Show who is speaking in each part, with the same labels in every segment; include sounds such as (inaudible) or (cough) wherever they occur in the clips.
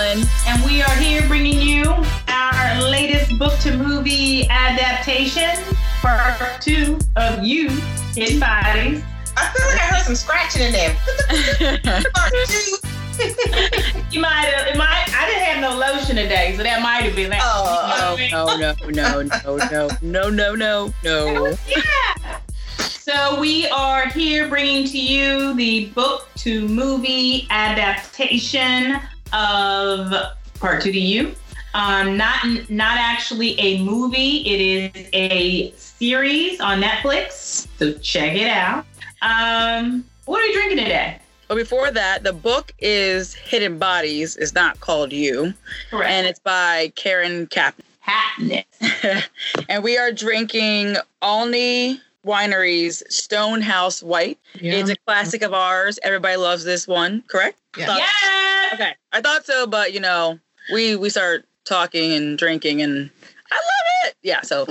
Speaker 1: (laughs)
Speaker 2: and we are here bringing you our latest book to movie adaptation, part two of You Hidden Bodies.
Speaker 3: I feel like I heard some scratching in there. Part two.
Speaker 2: You might have, it might, I didn't have no lotion today, so that might have been that.
Speaker 3: Oh,
Speaker 1: no, no, no, no, no, no, no, no, no.
Speaker 2: Yeah. So we are here bringing to you the book to movie adaptation of Part Two to You. Um, not not actually a movie. It is a series on Netflix. So check it out. Um, what are you drinking today?
Speaker 1: But before that, the book is Hidden Bodies. It's not called You,
Speaker 2: Correct.
Speaker 1: and it's by Karen Kaplan.
Speaker 2: Hatness.
Speaker 1: (laughs) and we are drinking Alney Winery's Stonehouse White. It's a classic of ours. Everybody loves this one, correct?
Speaker 3: Yeah.
Speaker 1: Thought-
Speaker 2: Yes.
Speaker 1: Okay, I thought so, but you know, we we start talking and drinking, and I love it. Yeah, so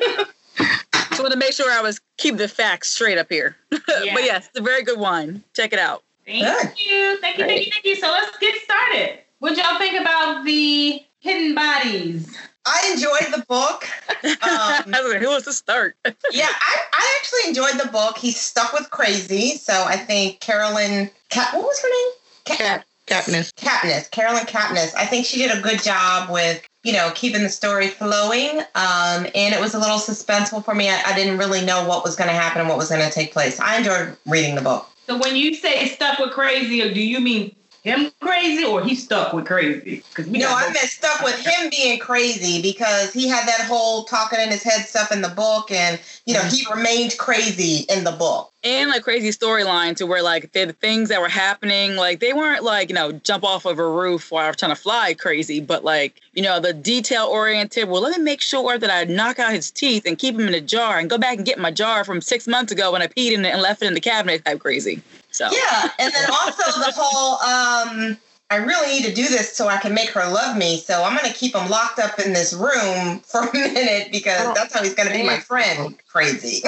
Speaker 1: just want to make sure I was keep the facts straight up here. (laughs) But yes, it's a very good wine. Check it out. (laughs)
Speaker 2: Thank
Speaker 3: Good.
Speaker 2: you. Thank you, thank you, thank you. So let's get started. What y'all think about the hidden bodies?
Speaker 3: I enjoyed the book. Um,
Speaker 1: I was like, Who wants to start?
Speaker 3: yeah, I, I actually enjoyed the book. He's stuck with crazy. So I think Carolyn, Cat, what was her name? Cat, Katniss. Katniss. Carolyn Katniss. I think she did a good job with, you know, keeping the story flowing. Um, and it was a little suspenseful for me. I, I didn't really know what was going to happen and what was going to take place. I enjoyed reading the book.
Speaker 2: So when you say stuck with crazy, do you mean him crazy or he stuck with crazy? Because we
Speaker 3: No,
Speaker 2: got
Speaker 3: I
Speaker 2: both.
Speaker 3: meant stuck with him being crazy because he had that whole talking in his head stuff in the book, and you know he remained crazy in the book.
Speaker 1: and like crazy storyline to where like the things that were happening, like they weren't like, you know, jump off of a roof while trying to fly crazy, but like, you know, the detail oriented, well, let me make sure that I knock out his teeth and keep him in a jar and go back and get my jar from six months ago when I peed in it and left it in the cabinet type crazy. So
Speaker 3: Yeah, and (laughs) then also the whole um, I really need to do this so I can make her love me. So I'm gonna keep him locked up in this room (laughs) for a minute because that's how he's gonna be my friend. (laughs) Crazy.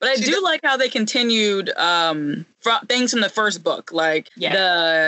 Speaker 1: But I
Speaker 3: She
Speaker 1: do like how they continued um, fro- things from the first book, like
Speaker 2: Yeah.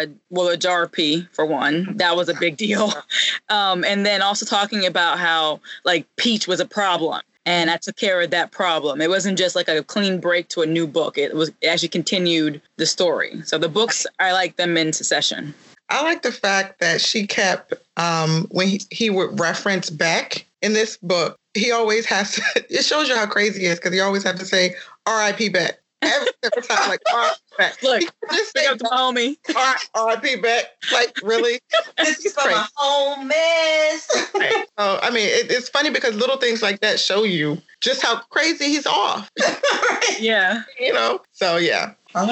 Speaker 1: the well, the jar pee for one. That was a big deal, (laughs) um, and then also talking about how like Peach was a problem, and I took care of that problem. It wasn't just like a clean break to a new book. It was it actually continued the story. So the books, I like them in succession.
Speaker 4: I like the fact that she kept um, when he, he would reference Beck in this book. He always has to. (laughs) It shows you how crazy he is because he always have to say "R.I.P. Beck" every single time. Like (laughs) "R.I.P. Beck."
Speaker 1: Look,
Speaker 4: He could just say
Speaker 1: pick up the homie.
Speaker 4: "R- "R.I.P. Beck." Like really?
Speaker 3: this is for my whole mess.
Speaker 4: So I mean, it, it's funny because little things like that show you just how crazy he's off. (laughs)
Speaker 1: Yeah,
Speaker 4: You know? So yeah.
Speaker 3: I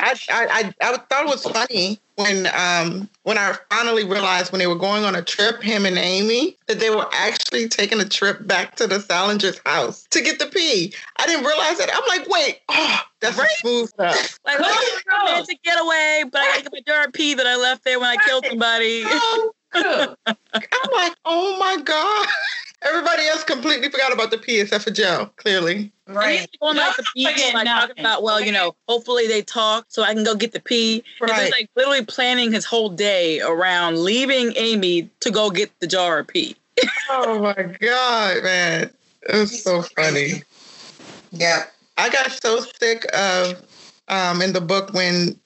Speaker 4: I, I, I, I thought it was funny when um when I finally realized when they were going on a trip, him and Amy, that they were actually taking a trip back to the Salinger's house to get the pee. I didn't realize it. I'm like, wait, oh, that's a smooth up.
Speaker 1: (laughs) like well, it's a
Speaker 2: Cool.
Speaker 1: romantic getaway, but I got to get my jar pee that I left there when I killed somebody.
Speaker 4: So,
Speaker 2: Cool.
Speaker 4: I'm like, oh my god. (laughs) Everybody else completely forgot about the pee except for Joe. Clearly,
Speaker 1: Right.
Speaker 3: Right.
Speaker 1: Going
Speaker 2: Y'all
Speaker 1: out to
Speaker 2: not
Speaker 1: beach,
Speaker 2: forgetting
Speaker 1: like talking
Speaker 2: nothing.
Speaker 1: about, well, you know, hopefully they talk so I can go get the pee. And he's like literally planning his whole day around leaving Amy to go get the jar of pee.
Speaker 4: oh my god, man, it was so funny.
Speaker 3: Yeah.
Speaker 4: I got so sick of um, in the book when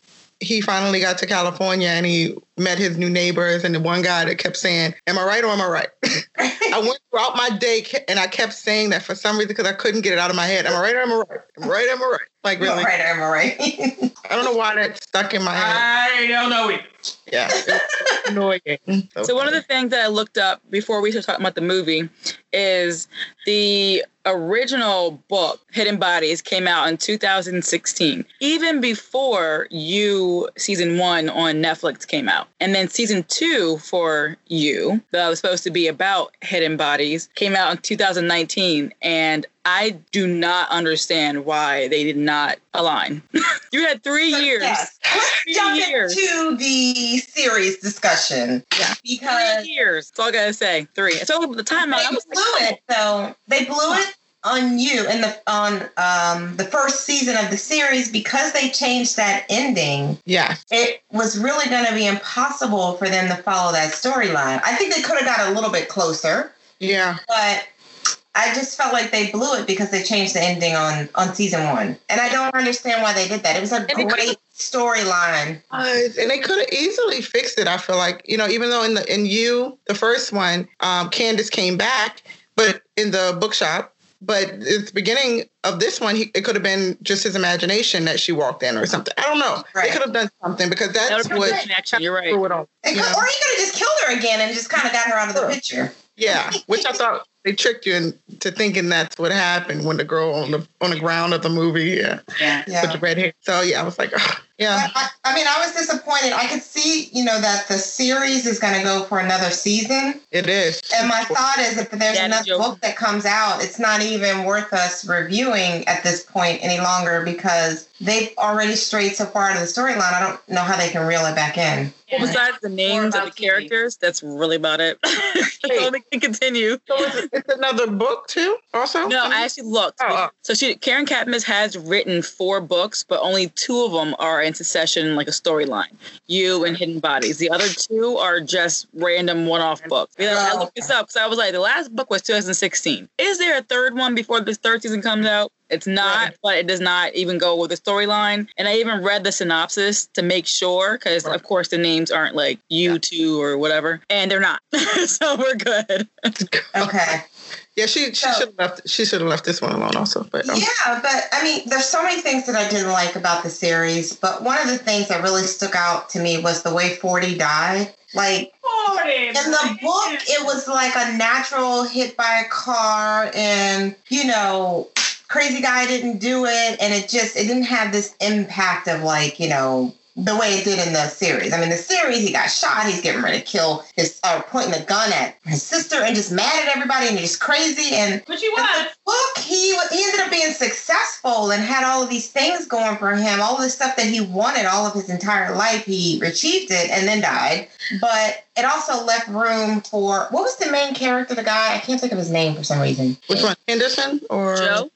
Speaker 4: he finally got to California and he met his new neighbors and the one guy that kept saying, "Am I right or am I right?" (laughs) I went throughout my day ke- and I kept saying that for some reason because I couldn't get it out of my head. Am I right or am I right? Am I right or am I right? Like
Speaker 3: Am I
Speaker 4: really,
Speaker 3: right or am I right? (laughs)
Speaker 4: I don't know why that stuck in
Speaker 1: (laughs)
Speaker 4: my head.
Speaker 2: I don't know it.
Speaker 4: Yeah, it's annoying.
Speaker 1: So one of the things that I looked up before we started talking about the movie is the original book, Hidden Bodies, came out in 2016, even before You season one on Netflix came out. And then season two for You, that was supposed to be about Hidden Bodies, came out in 2019. And I do not understand why they did not align. (laughs) you had three years.
Speaker 3: Yes. Let's
Speaker 1: Three
Speaker 3: jump
Speaker 1: years.
Speaker 3: into the series discussion.
Speaker 1: Yeah.
Speaker 3: Because
Speaker 1: Three years. That's all I gotta say. Three. It's all the time.
Speaker 3: they
Speaker 1: I was
Speaker 3: blew it though. They blew it. on you in the on um, the first season of the series because they changed that ending.
Speaker 4: Yeah.
Speaker 3: It was really going to be impossible for them to follow that storyline. I think they could have got a little bit closer,
Speaker 4: Yeah.
Speaker 3: but I just felt like they blew it because they changed the ending on on season one, and I don't understand why they did that. It was a
Speaker 1: they could've-
Speaker 3: great storyline.
Speaker 4: was, and they could have easily fixed it. I feel like you know, even though in the in you the first one, um, Candace came back, but in the bookshop. But at the beginning of this one, he, it could have been just his imagination that she walked in or something. I don't know.
Speaker 3: Right.
Speaker 4: They could have done something because
Speaker 1: That
Speaker 4: that's
Speaker 1: would
Speaker 4: what
Speaker 1: be a connection. You're right.
Speaker 4: threw it all.
Speaker 3: It could,
Speaker 4: Yeah.
Speaker 3: Or you could have just killed her again and just kind of got her out of the
Speaker 4: Sure.
Speaker 3: picture.
Speaker 4: Yeah, which I thought they tricked you into thinking that's what happened when the girl on the on the ground of the movie, yeah,
Speaker 2: Yeah.
Speaker 4: with the red hair. So yeah, I was like, oh, yeah,
Speaker 3: But I, I mean, I was disappointed. I could see, you know, that the series is going to go for another season.
Speaker 4: it is.
Speaker 3: And my thought is, if there's
Speaker 1: Daddy
Speaker 3: another
Speaker 1: Joe.
Speaker 3: book that comes out, it's not even worth us reviewing at this point any longer because they've already strayed so far out of the storyline. I don't know how they can reel it back in.
Speaker 2: Yeah.
Speaker 1: Besides the names of the
Speaker 2: about TV.
Speaker 1: characters, that's really about it. (laughs) so they can continue.
Speaker 4: So it's, it's another book too, also.
Speaker 1: No, I actually looked.
Speaker 4: Oh, oh.
Speaker 1: So she, Karen Katniss has written four books, but only two of them are in succession, like a storyline. You and Hidden Bodies. The other two are just random one-off books. You know, I
Speaker 3: Oh,
Speaker 1: looked this up because I was like, the last book was 2016. Is there a third one before this third season comes out? It's not,
Speaker 4: Right.
Speaker 1: but it does not even go with the storyline. And I even read the synopsis to make sure, because
Speaker 4: Right.
Speaker 1: of course the names aren't like you two or whatever, and they're not. (laughs) so we're good.
Speaker 3: Okay.
Speaker 4: yeah, she she
Speaker 3: So-
Speaker 4: should have left. She should have left this one alone, also. But um,
Speaker 3: Yeah, but I mean, there's so many things that I didn't like about the series, but one of the things that really stuck out to me was the way 40 died. Like
Speaker 2: (laughs)
Speaker 3: in the book, it was like a natural hit by a car, and you know, crazy guy didn't do it, and it just it didn't have this impact of like you know. The way it did in the series. I mean, the series, he got shot. He's getting ready to kill his, or pointing a gun at his sister, and just mad at everybody, and he's crazy. And
Speaker 2: But she was.
Speaker 3: Look, he he ended up being successful and had all of these things going for him, all the stuff that he wanted all of his entire life. He achieved it and then died. But it also left room for what was the main character, the guy? I can't think of his name for some reason.
Speaker 4: which one, Henderson or
Speaker 1: Joe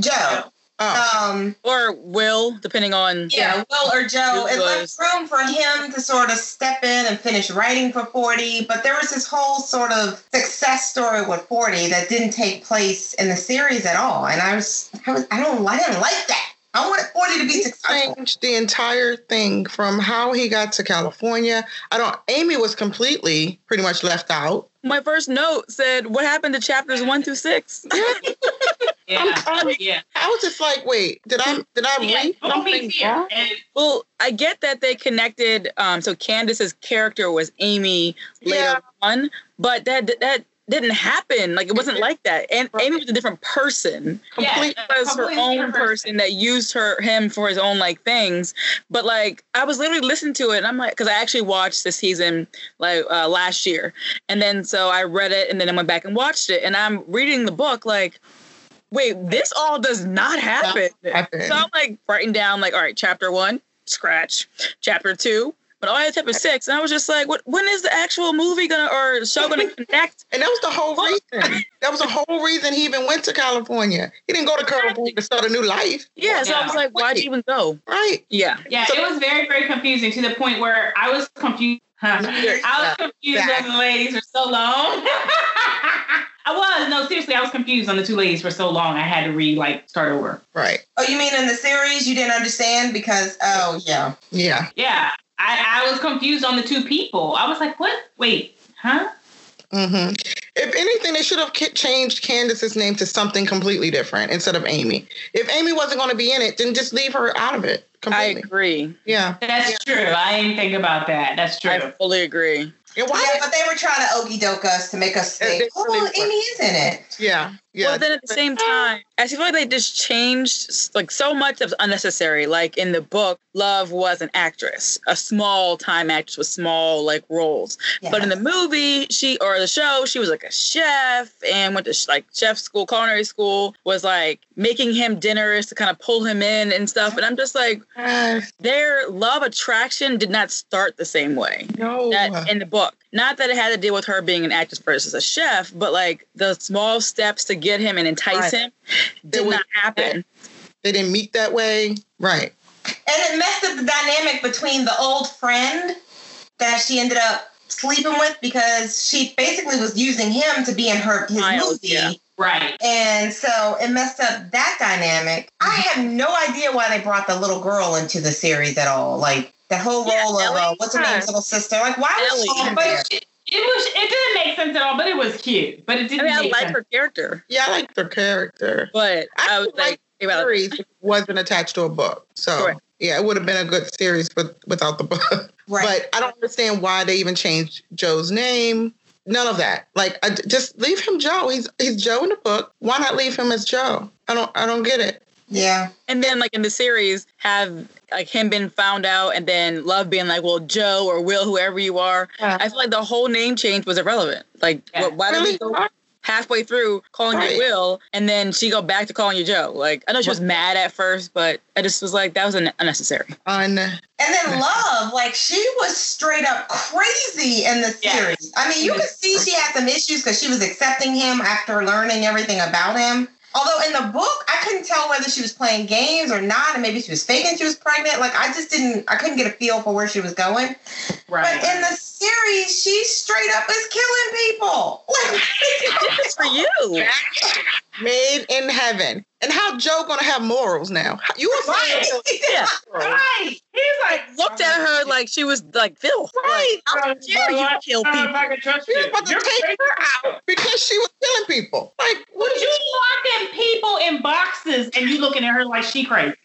Speaker 3: Joe.
Speaker 4: Oh,
Speaker 3: Um,
Speaker 1: or Will, depending on
Speaker 3: yeah, Will or Joe.
Speaker 1: It
Speaker 3: It left
Speaker 1: was-
Speaker 3: room for him to sort of step in and finish writing for 40. But there was this whole sort of success story with 40 that didn't take place in the series at all. And I was, I, was, I don't, I didn't like that. I wanted 40 to be successful.
Speaker 4: changed the entire thing from how he got to California. I don't. Amy was completely pretty much left out.
Speaker 1: My first note said, "What happened to chapters one through six?
Speaker 2: Yeah.
Speaker 4: I'm-
Speaker 2: Yeah.
Speaker 4: (laughs) I was just like, wait, did I did I
Speaker 2: Yeah.
Speaker 4: read
Speaker 2: Don't be
Speaker 4: something
Speaker 2: fear.
Speaker 4: wrong?
Speaker 2: And
Speaker 1: well, I get that they connected. Um, so Candace's character was Amy later
Speaker 4: Yeah.
Speaker 1: on, but that that didn't happen. Like it wasn't like that. And Amy was a different person.
Speaker 4: Complete-
Speaker 2: yeah, uh,
Speaker 1: was her
Speaker 2: completely
Speaker 1: own
Speaker 2: different
Speaker 1: person that used her him for his own like things. But like I was literally listening to it, and I'm like, because I actually watched the season like uh, last year, and then so I read it, and then I went back and watched it, and I'm reading the book like, wait, this all does not happen.
Speaker 4: happened.
Speaker 1: So I'm like writing down like, all right, chapter one, scratch, chapter two. But all I had chapter six, and I was just like, "What? When is the actual movie gonna or show gonna connect?"
Speaker 4: And that was the whole reason. That was the whole reason he even went to California. He didn't go to California to start a new life,
Speaker 1: Yeah, so I was like, "Why'd you even go?"
Speaker 4: right?
Speaker 1: Yeah,
Speaker 2: Yeah, it was very, very confusing to the point where I was confused. I was confused on the ladies for so long. (laughs) I was no, seriously, I was confused on the two ladies for so long. I had to re like start over.
Speaker 4: Right.
Speaker 3: Oh, you mean in the series you didn't understand because oh yeah.
Speaker 4: Yeah.
Speaker 2: Yeah, I, I was confused on the two people. I was like, what? Wait, huh?
Speaker 1: Mm-hmm.
Speaker 4: hmm If anything, they should have ca- changed Candace's name to something completely different instead of Amy. If Amy wasn't going to be in it, then just leave her out of it
Speaker 1: I
Speaker 4: completely.
Speaker 1: agree.
Speaker 4: yeah.
Speaker 2: That's true. I didn't think about that. That's true.
Speaker 1: I fully agree.
Speaker 4: And
Speaker 3: Yeah,
Speaker 4: why?
Speaker 3: but they were trying to okey doke us to make us
Speaker 4: They-
Speaker 3: think,
Speaker 4: they really
Speaker 3: oh,
Speaker 4: were.
Speaker 3: Amy is in it.
Speaker 4: Yeah. Yeah.
Speaker 1: Well, then at the same time, I feel like they just changed like so much that was unnecessary. Like in the book, Love was an actress, a small time actress with small like roles. But in the movie, she or the show, she was like a chef and went to sh- like chef school, culinary school, was like making him dinners to kind of pull him in and stuff. And I'm just like,
Speaker 4: Uh,
Speaker 1: their love attraction did not start the same way
Speaker 4: no.
Speaker 1: that in the book. Not that it had to deal with her being an actress versus a chef, but like the small steps to get him and entice
Speaker 4: Right.
Speaker 1: him
Speaker 4: It
Speaker 1: did
Speaker 4: was-
Speaker 1: not happen.
Speaker 4: They didn't meet that way. Right.
Speaker 3: And it messed up the dynamic between the old friend that she ended up sleeping with because she basically was using him to be in her his
Speaker 1: Miles,
Speaker 3: movie.
Speaker 1: yeah.
Speaker 2: Right.
Speaker 3: And so it messed up that dynamic. I
Speaker 1: Mm-hmm.
Speaker 3: have no idea why they brought the little girl into the series at all. Like that whole
Speaker 1: Yeah,
Speaker 3: role of uh,
Speaker 1: Ellie,
Speaker 3: what's her name's
Speaker 1: huh.
Speaker 3: little sister. Like why was
Speaker 1: Ellie.
Speaker 3: she in
Speaker 2: Oh, But
Speaker 3: there?
Speaker 2: it, it was it didn't make sense at all, but it was cute. But it
Speaker 1: I
Speaker 2: didn't
Speaker 1: mean, I
Speaker 2: make
Speaker 1: like
Speaker 2: sense.
Speaker 1: her character,
Speaker 4: Yeah, I liked her character.
Speaker 1: but
Speaker 4: I
Speaker 1: I, was like,
Speaker 4: like
Speaker 1: about
Speaker 4: series wasn't attached to a book. So
Speaker 1: Correct.
Speaker 4: yeah, it would have been a good series but without the book.
Speaker 3: Right.
Speaker 4: But I don't understand why they even changed Joe's name. None of that. Like I, just leave him Joe. He's he's Joe in the book. Why not leave him as Joe? I don't I don't get it.
Speaker 3: yeah.
Speaker 1: and then like in the series have like him being found out and then love being like well joe or will whoever you are
Speaker 4: Yeah.
Speaker 1: i feel like the whole name change was irrelevant like
Speaker 2: Yeah.
Speaker 1: wh- why did we
Speaker 4: Really?
Speaker 1: go halfway through calling
Speaker 4: Right.
Speaker 1: you will and then she go back to calling you joe like i know she was mad at first but i just was like that was un- unnecessary
Speaker 4: Un-
Speaker 3: And then Love, like she was straight up crazy in the
Speaker 2: Yeah.
Speaker 3: series. I mean, you could see she had some issues because she was accepting him after learning everything about him. Although in the book, I couldn't tell whether she was playing games or not, and maybe she was faking she was pregnant. Like I just didn't, I couldn't get a feel for where she was going. But in the series, she straight up is killing people. (laughs) Like,
Speaker 1: it's for you
Speaker 4: made in heaven. And how Joe gonna have morals now? How- You were
Speaker 3: right? (laughs)
Speaker 1: Yeah.
Speaker 2: Right. He's like
Speaker 1: (laughs) looked at her like she was like filth right
Speaker 2: Bro,
Speaker 1: how dare
Speaker 2: bro,
Speaker 1: you
Speaker 2: I-
Speaker 1: kill
Speaker 2: I don't know if
Speaker 1: people
Speaker 2: I can trust
Speaker 4: You're
Speaker 2: you.
Speaker 4: about to
Speaker 2: You're
Speaker 4: take
Speaker 2: crazy.
Speaker 4: her out because she was killing people. Like what
Speaker 2: Would
Speaker 4: is
Speaker 2: you locking people in boxes and you looking at her like she crazy?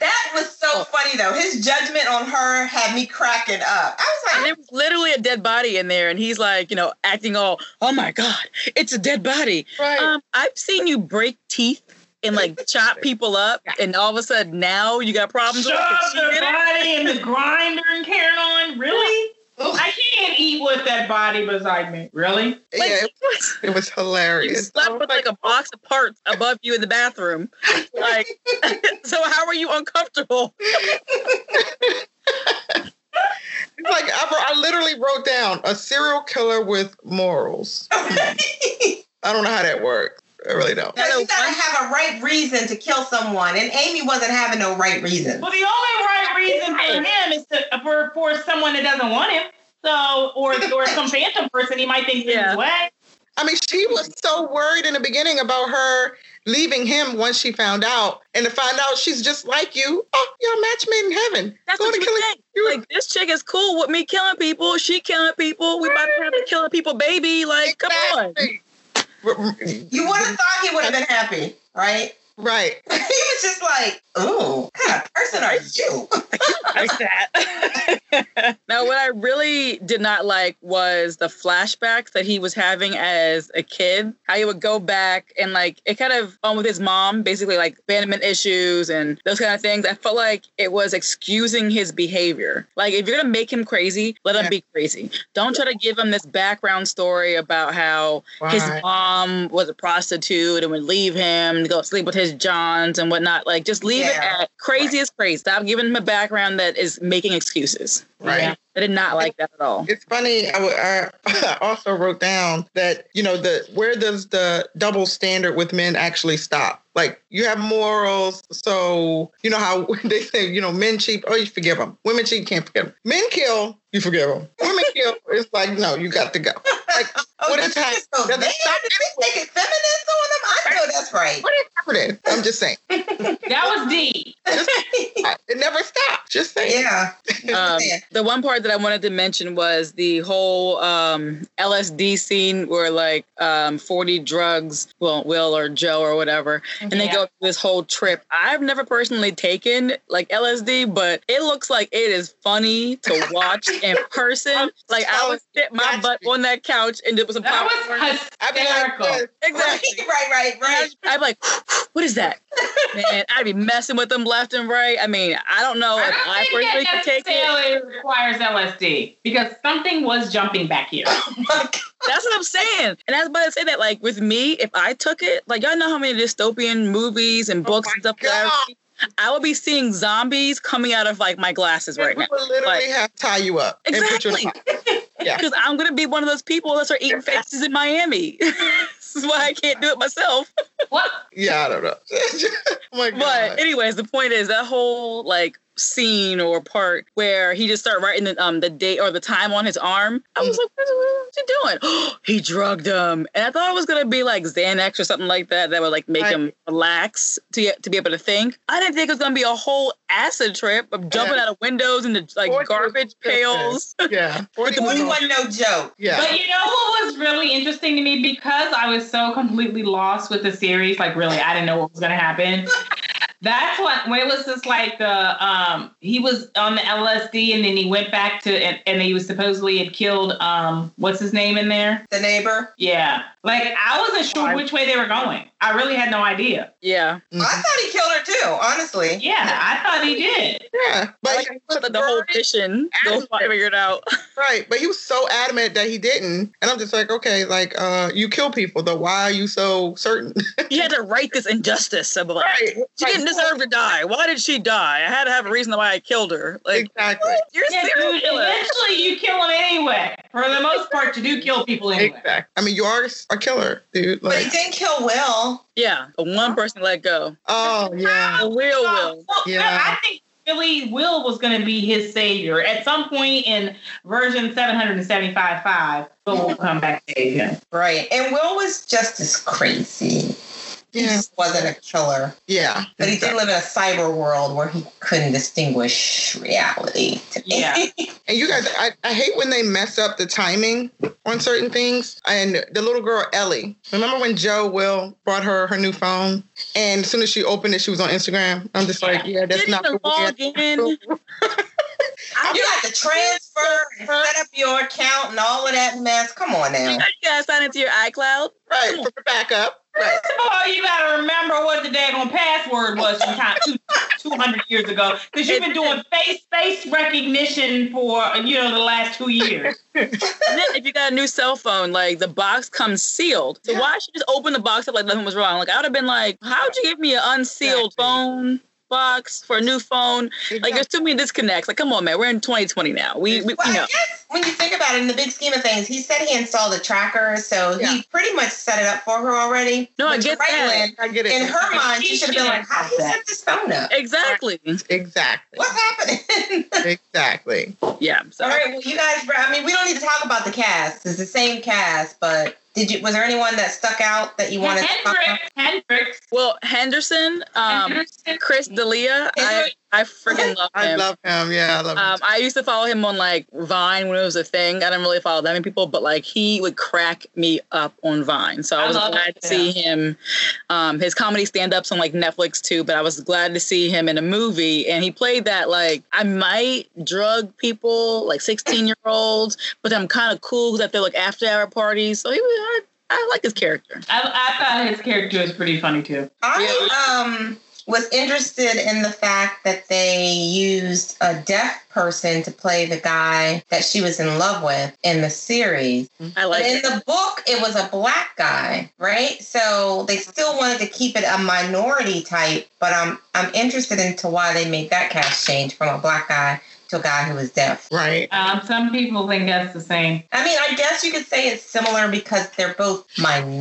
Speaker 3: That was so funny though. His judgment on her had me cracking up. I was
Speaker 1: And
Speaker 3: like,
Speaker 1: there was literally a dead body in there, and he's like, you know, acting all, oh my God, it's a dead body.
Speaker 4: right?
Speaker 1: Um, I've seen you break teeth and like chop people up, and all of a sudden now you got problems with it. 'cause
Speaker 2: Shove
Speaker 1: she
Speaker 2: the
Speaker 1: did it.
Speaker 2: body in the grinder and carrying on. Really? I can't eat with that body beside me. Really?
Speaker 1: Like,
Speaker 4: yeah, it,
Speaker 1: (laughs) what?
Speaker 4: it was
Speaker 1: You
Speaker 4: hilarious.
Speaker 1: slept with like a box of parts above you in the (laughs) bathroom. Like, so how are you uncomfortable?
Speaker 4: It's like I, wrote- I literally wrote down a serial killer with morals.
Speaker 3: (laughs)
Speaker 4: I don't know how that works. I really don't.
Speaker 3: "No, you gotta have a right reason to kill someone, and Amy wasn't having no right reason.
Speaker 2: Well, the only right reason for him is to, for for someone that doesn't want him. So, or or some phantom person he might think is
Speaker 1: Yeah.
Speaker 2: his way.
Speaker 4: I mean, she was so worried in the beginning about her leaving him once she found out, and to find out she's just like you. Oh, you're a match made in heaven.
Speaker 1: That's
Speaker 4: Go
Speaker 1: what
Speaker 4: to
Speaker 1: you
Speaker 4: killing-
Speaker 1: think.
Speaker 4: you-
Speaker 1: Like this chick is cool with me killing people. She killing people. We about to have a killing people baby. Like, come on.
Speaker 4: Exactly. R-
Speaker 3: You would have thought he would have been happy, right? (laughs)
Speaker 4: r- Right.
Speaker 3: he was just like, "Ooh, what kind of person are you?" (laughs)
Speaker 1: like that. now, what I really did not like was the flashbacks that he was having as a kid. How he would go back and like it kind of um with his mom, basically like abandonment issues and those kind of things. I felt like it was excusing his behavior. Like if you're gonna make him crazy, let him
Speaker 4: Yeah.
Speaker 1: be crazy. Don't try to give him this background story about how his
Speaker 4: Why?
Speaker 1: mom was a prostitute and would leave him to go sleep with his johns and whatnot. Like, just leave it
Speaker 3: Yeah.
Speaker 1: at crazy as crazy. Stop giving him a background that is making excuses.
Speaker 4: Right.
Speaker 2: Yeah.
Speaker 1: I did not like that at all.
Speaker 4: It's funny. I, w- I I (laughs) also wrote down that you know the where does the double standard with men actually stop? Like you have morals, so you know how (laughs) they say you know men cheat. Oh, you forgive them. Women cheat, can't forgive them. Men kill, you forgive them. Women kill, it's like no, you got to go.
Speaker 3: Oh,
Speaker 4: What
Speaker 3: did
Speaker 4: is
Speaker 3: you
Speaker 4: that?
Speaker 3: just go
Speaker 4: Does it
Speaker 3: there?
Speaker 4: stop
Speaker 3: Did they take it feminist on them? I know that's right.
Speaker 4: What is happening? I'm just saying,
Speaker 2: That was deep.
Speaker 4: I- it never stops. Just saying.
Speaker 3: yeah.
Speaker 1: Um,
Speaker 3: Yeah. (laughs)
Speaker 1: the one part that I wanted to mention was the whole um, LSD scene where like um, 40 drugs, well, Will or Joe or whatever, and they
Speaker 2: Yeah.
Speaker 1: go this whole trip. I've never personally taken like LSD, but it looks like it is
Speaker 2: (laughs)
Speaker 1: funny to watch in person. Like I would sit my butt on that couch and it was a
Speaker 2: That
Speaker 1: popcorn.
Speaker 2: was
Speaker 4: I'd be like,
Speaker 2: hysterical.
Speaker 4: "Yes,
Speaker 3: Right,
Speaker 1: exactly.
Speaker 3: right, right, right.
Speaker 1: I'd be like, what is that? Man, I'd be messing with them left and right. I mean, I don't know
Speaker 2: I
Speaker 1: if
Speaker 2: don't
Speaker 1: I
Speaker 2: think
Speaker 1: personally
Speaker 2: that
Speaker 1: could take it.
Speaker 2: necessarily requires LSD because something was jumping back
Speaker 1: (laughs)
Speaker 2: here.
Speaker 1: That's what I'm saying. And that's why I say that, like, with me, if I took it, like, y'all know how many dystopian movies
Speaker 2: Oh
Speaker 1: and books and stuff that I
Speaker 4: God.
Speaker 1: read? I would be seeing zombies coming out of, like, my glasses right
Speaker 4: we
Speaker 1: now.
Speaker 4: would literally
Speaker 1: Like-
Speaker 4: have to tie you up and put you in a
Speaker 1: Exactly.
Speaker 4: box.
Speaker 1: (laughs)
Speaker 4: Yeah.
Speaker 1: Because I'm gonna be one of those people that start eating faces in Miami. (laughs) this is why I can't do it myself.
Speaker 2: What?
Speaker 4: Yeah, I don't know. (laughs) oh my
Speaker 1: But
Speaker 4: god.
Speaker 1: anyways, the point is that whole like scene or part where he just started writing the um the date or the time on his arm. I was like, what, what, what you doing? (gasps) he drugged him. And I thought it was gonna be like Xanax or something like that that would like make
Speaker 4: Right.
Speaker 1: him relax to to be able to think. I didn't think it was gonna be a whole acid trip of jumping out of windows into like
Speaker 4: Or-
Speaker 1: garbage pails.
Speaker 4: yeah.
Speaker 1: With the
Speaker 3: 41 no joke.
Speaker 4: Yeah.
Speaker 2: But you know what was really interesting to me because I was so completely lost with the series, like really, I didn't know what was gonna happen. That's what when it was just like the um he was on the LSD and then he went back to and, and he was supposedly had killed um what's his name in there?
Speaker 3: The neighbor.
Speaker 2: Yeah. Like I wasn't sure which way they were going. I really had no idea.
Speaker 1: (laughs) Yeah.
Speaker 4: Mm-hmm.
Speaker 3: I thought he killed her too, honestly.
Speaker 2: Yeah, I thought he did.
Speaker 4: Yeah. But
Speaker 1: like
Speaker 4: he was
Speaker 1: put the, the whole
Speaker 4: very-
Speaker 1: mission. Go
Speaker 4: adamant.
Speaker 1: figure it out.
Speaker 4: right. But he was so adamant that he didn't. And I'm just like, okay, like uh you kill people, though why are you so certain?
Speaker 1: You had to right this injustice.
Speaker 4: (laughs)
Speaker 1: I'm like,
Speaker 4: right.
Speaker 1: She didn't deserve to die. Why did she die? I had to have a reason why I killed her. Like
Speaker 4: Exactly.
Speaker 1: what? you're a
Speaker 2: Yeah,
Speaker 1: serial
Speaker 2: dude,
Speaker 1: killer.
Speaker 2: eventually you kill him anyway. For the most part, you do kill people anyway.
Speaker 4: Exactly. I mean, you are a killer, dude.
Speaker 3: But
Speaker 4: Like,
Speaker 3: he didn't kill Will.
Speaker 1: Yeah, but one person let go.
Speaker 4: oh yeah,
Speaker 1: The real
Speaker 2: Well,
Speaker 1: will.
Speaker 2: well,
Speaker 4: Yeah.
Speaker 2: I think really Will was going to be his savior at some point in version 775.5. Will will come back to save him.
Speaker 3: Right. And Will was just as crazy. He
Speaker 4: yeah,
Speaker 3: just wasn't a killer.
Speaker 4: yeah.
Speaker 3: But he did live in a cyber world where he couldn't distinguish reality.
Speaker 2: Yeah.
Speaker 4: And you guys, I, I hate when they mess up the timing on certain things. And the little girl Ellie, remember when Joe Will brought her her new phone, and as soon as she opened it, she was on Instagram. I'm just like, yeah, that's
Speaker 1: Didn't
Speaker 4: not the
Speaker 1: even
Speaker 4: way.
Speaker 1: log in.
Speaker 3: You had to transfer and set up your account and all of that mess. Come on now.
Speaker 1: You gotta sign into your iCloud.
Speaker 4: Right for backup. Right.
Speaker 2: First of all, you got to remember what the daggone password was from time two, 200 years ago because you've been doing face face recognition for, you know, the last two years.
Speaker 1: And then if you got a new cell phone, like the box comes sealed. So
Speaker 4: Yeah.
Speaker 1: why should you just open the box up like nothing was wrong? Like I would have been like, how'd you give me an unsealed
Speaker 4: Exactly.
Speaker 1: phone box for a new phone? Like there's too many disconnects. Like come on, man, we're in 2020 now. We, we
Speaker 3: Well,
Speaker 1: you
Speaker 3: I
Speaker 1: know.
Speaker 3: guess when you think about it, in the big scheme of things, he said he installed a tracker, so
Speaker 4: Yeah.
Speaker 3: he pretty much set it up for her already.
Speaker 1: No, I
Speaker 3: But
Speaker 1: get
Speaker 3: you're right,
Speaker 1: that.
Speaker 3: Lynn.
Speaker 4: I get it.
Speaker 3: In her mind, she should have been like, "How did he set this phone up?
Speaker 1: Exactly.
Speaker 4: exactly.
Speaker 3: What's happening?" (laughs)
Speaker 4: Exactly.
Speaker 1: Yeah. So
Speaker 3: All right, well, you guys. I mean, we don't need to talk about the cast. It's the same cast, but did you? Was there anyone that stuck out that you wanted? to talk about?
Speaker 2: Hendrix, Hendrix,
Speaker 1: well, Henderson, um,
Speaker 2: Henderson.
Speaker 1: Chris D'Elia, I I freaking love
Speaker 4: I
Speaker 1: him.
Speaker 4: love him. Yeah, I love him.
Speaker 1: um, I used to follow him on like Vine when it was a thing. I didn't really follow that many people, but like he would crack me up on Vine. So I
Speaker 2: I
Speaker 1: was
Speaker 2: love
Speaker 1: glad to see him. Um, his comedy stand ups on like Netflix too, but I was glad to see him in a movie. And he played that like I might drug people, like 16 year olds, but I'm kind of cool because I feel like after hour parties. So he was, I, I like his character.
Speaker 2: I, I thought his character was pretty funny too.
Speaker 3: I um was interested in the fact that they used a deaf person to play the guy that she was in love with in the series.
Speaker 1: I like
Speaker 3: But in
Speaker 1: it.
Speaker 3: the book, it was a black guy, right? So they still wanted to keep it a minority type, but I'm I'm interested into why they made that cast change from a black guy to a guy who was deaf.
Speaker 4: right.
Speaker 2: Um, some people think that's the same.
Speaker 3: I mean, I guess you could say it's similar because they're both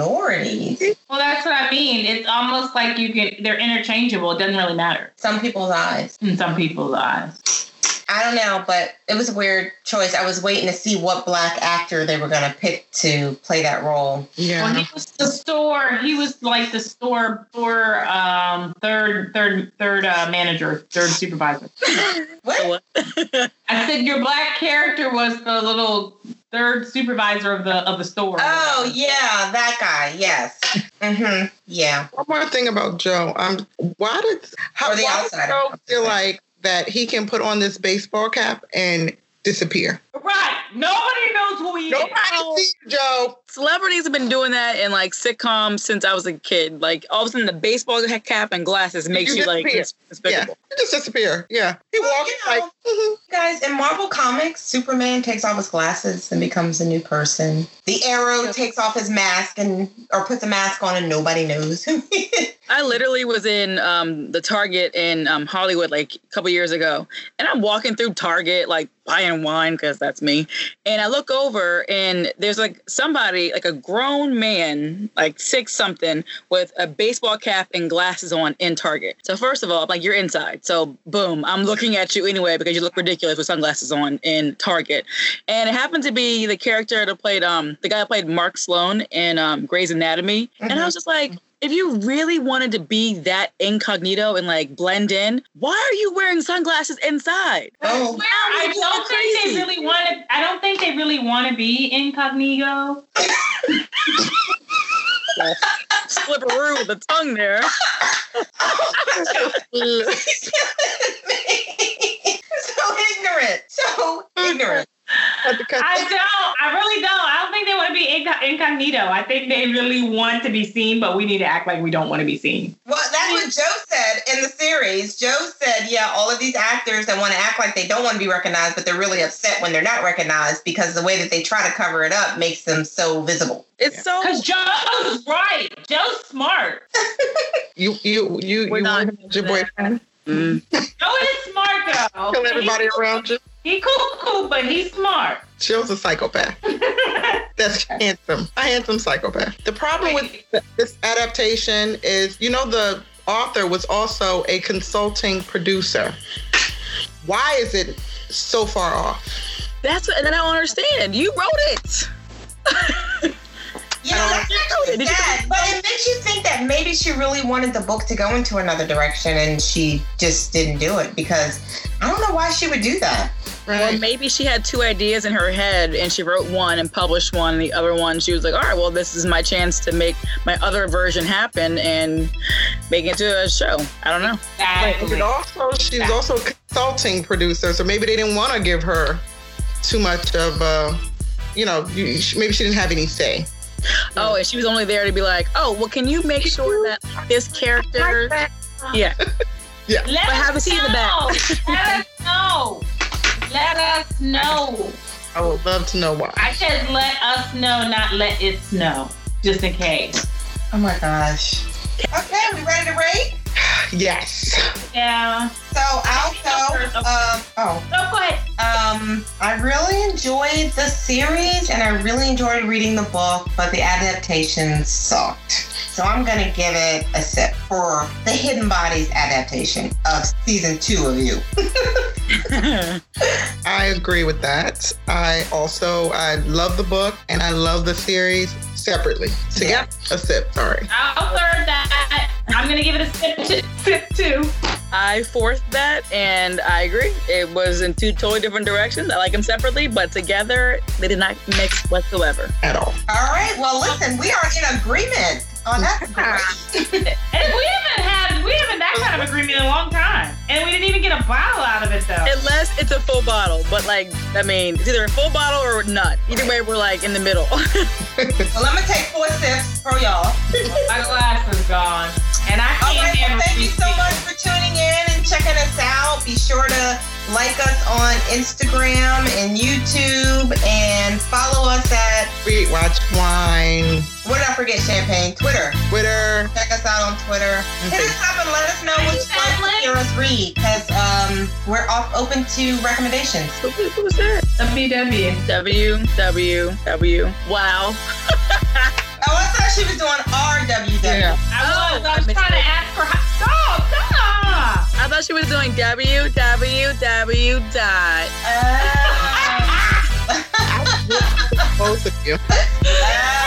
Speaker 3: minorities.
Speaker 2: Well, that's what I mean. It's almost like you can, they're interchangeable. It doesn't really matter
Speaker 3: Some people's eyes.
Speaker 2: in some people's eyes.
Speaker 3: I don't know, but it was a weird choice. I was waiting to see what black actor they were going to pick to play that role.
Speaker 2: Well,
Speaker 4: Yeah.
Speaker 2: he was the store, he was like the store, store um, third, third, third uh, manager, third supervisor.
Speaker 1: So
Speaker 3: What?
Speaker 1: what-
Speaker 2: I said your black character was the little third supervisor of the of the store.
Speaker 3: Oh, yeah, that guy. Yes. hmm Yeah.
Speaker 4: One more thing about Joe. Um, why did how
Speaker 3: Or the
Speaker 4: why
Speaker 3: outsider.
Speaker 4: Does Joe feel like that he can put on this baseball cap and disappear?
Speaker 2: right. Nobody knows who he
Speaker 4: Nobody
Speaker 2: is.
Speaker 4: sees Joe.
Speaker 1: celebrities have been doing that in like sitcoms since I was a kid. Like all of a sudden, the baseball cap and glasses makes
Speaker 4: You
Speaker 1: you like
Speaker 4: disappear.
Speaker 1: ins- despicable.
Speaker 4: He just disappear. Yeah, he
Speaker 3: Well,
Speaker 4: walks
Speaker 3: you know.
Speaker 4: like mhm.
Speaker 3: Guys, in Marvel Comics, Superman takes off his glasses and becomes a new person. The Arrow takes off his mask and or puts a mask on and nobody knows who he is. (laughs)
Speaker 1: I literally was in um, the Target in um, Hollywood like a couple years ago, and I'm walking through Target like buying wine because that's me. And I look over and there's like somebody, like a grown man, like six something, with a baseball cap and glasses on in Target. So first of all, I'm like, you're inside. So boom, I'm looking at you anyway because you look ridiculous with sunglasses on in Target. And it happened to be the character that played um the guy that played Mark Sloan in um Grey's Anatomy. And I was just like, if you really wanted to be that incognito and like blend in, why are you wearing sunglasses inside?
Speaker 2: I
Speaker 3: Oh.
Speaker 2: swear, I don't think they really want to. I don't think they really want to be incognito.
Speaker 1: Slipperoo with the tongue there.
Speaker 4: (laughs)
Speaker 3: so ignorant. So ignorant.
Speaker 4: Had to cut-
Speaker 2: I don't. I really don't. I don't think they want to be inco- incognito. I think they really want to be seen, but we need to act like we don't want to be seen.
Speaker 3: Well, that's what Joe said in the series. Joe said, yeah, all of these actors that want to act like they don't want to be recognized, but they're really upset when they're not recognized because the way that they try to cover it up makes them so visible.
Speaker 1: It's
Speaker 4: Yeah.
Speaker 1: so
Speaker 2: Because Joe's right. Joe's smart.
Speaker 4: You you you
Speaker 1: We're
Speaker 4: you
Speaker 1: not
Speaker 4: want
Speaker 1: gonna do
Speaker 4: your boyfriend
Speaker 1: Mm.
Speaker 2: Joe is smart though.
Speaker 4: kill everybody around you.
Speaker 2: He, he cool, cool, but he's smart.
Speaker 4: Jill's a psychopath. That's handsome. A handsome psychopath. The problem with this adaptation is, you know, the author was also a consulting producer. Why is it so far off?
Speaker 1: that's what, and I don't understand. You wrote it.
Speaker 3: Yeah, that's actually
Speaker 1: Did you-
Speaker 3: sad, but it makes you think that maybe she really wanted the book to go into another direction and she just didn't do it because I don't know why she would do that.
Speaker 1: Or maybe she had two ideas in her head and she wrote one and published one, and the other one she was like, all right, well, this is my chance to make my other version happen and make it to a show. I don't know.
Speaker 4: But it also, she's also a consulting producer, so maybe they didn't want to give her too much of, uh, you know, you- she- maybe she didn't have any say.
Speaker 1: Oh, and she was only there to be like, oh, well, can you make sure that this
Speaker 3: (laughs)
Speaker 1: character. Yeah.
Speaker 2: Let
Speaker 1: But
Speaker 2: us
Speaker 1: have a seat in the
Speaker 2: know. Let us know. Let us know.
Speaker 4: I would love to know why.
Speaker 2: I said let us know, not let it snow, just in case.
Speaker 3: Oh my gosh. Okay, we ready to rate?
Speaker 4: Yes.
Speaker 2: Yeah.
Speaker 3: So I'll go. Um, oh,
Speaker 2: No, go ahead.
Speaker 3: um, I really enjoyed the series and I really enjoyed reading the book, but the adaptation sucked. So I'm gonna give it a sip for the Hidden Bodies adaptation of season two of You.
Speaker 4: I agree with that. I also I love the book and I love the series separately. So yeah, a sip. Sorry.
Speaker 2: I'll serve that. I'm gonna give it a sip, t- sip too.
Speaker 1: I fourth that, and I agree. It was in two totally different directions. I like them separately, but together they did not mix whatsoever.
Speaker 4: At all.
Speaker 3: All right. Well, listen, we are in agreement. Oh, that's great.
Speaker 2: And we haven't had we haven't that kind of agreement in a long time, and we didn't even get a bottle out of it though.
Speaker 1: Unless it's a full bottle, but like, I mean, it's either a full bottle or not. Either way, we're like in the middle. (laughs)
Speaker 3: Well, I'm gonna take four sips for y'all.
Speaker 2: My glass is gone, and I
Speaker 3: All
Speaker 2: can't
Speaker 3: right, well,
Speaker 2: handle
Speaker 3: thank you
Speaker 2: these
Speaker 3: so
Speaker 2: people.
Speaker 3: much for tuning in and checking us out. Be sure to like us on Instagram and YouTube and follow us at,
Speaker 4: Read, watch, wine,
Speaker 3: what did I forget, Champagne? Twitter.
Speaker 4: Twitter.
Speaker 3: Check us out on Twitter. Hit
Speaker 4: Okay.
Speaker 3: us up and let us know
Speaker 2: Are
Speaker 3: what
Speaker 2: you
Speaker 3: you'd like to
Speaker 2: family?
Speaker 3: hear us read because um, we're off open to recommendations.
Speaker 1: Who- Who's that?
Speaker 2: WW.
Speaker 1: W W W.
Speaker 3: Oh,
Speaker 1: Wow.
Speaker 3: I thought she was doing RWW.
Speaker 2: I
Speaker 4: Yeah.
Speaker 2: was,
Speaker 1: Oh,
Speaker 2: I was
Speaker 1: I missed
Speaker 2: trying to
Speaker 1: it.
Speaker 2: ask for hot
Speaker 1: I thought she was doing W W W dot.
Speaker 3: Oh.
Speaker 4: Both of you.
Speaker 3: Oh.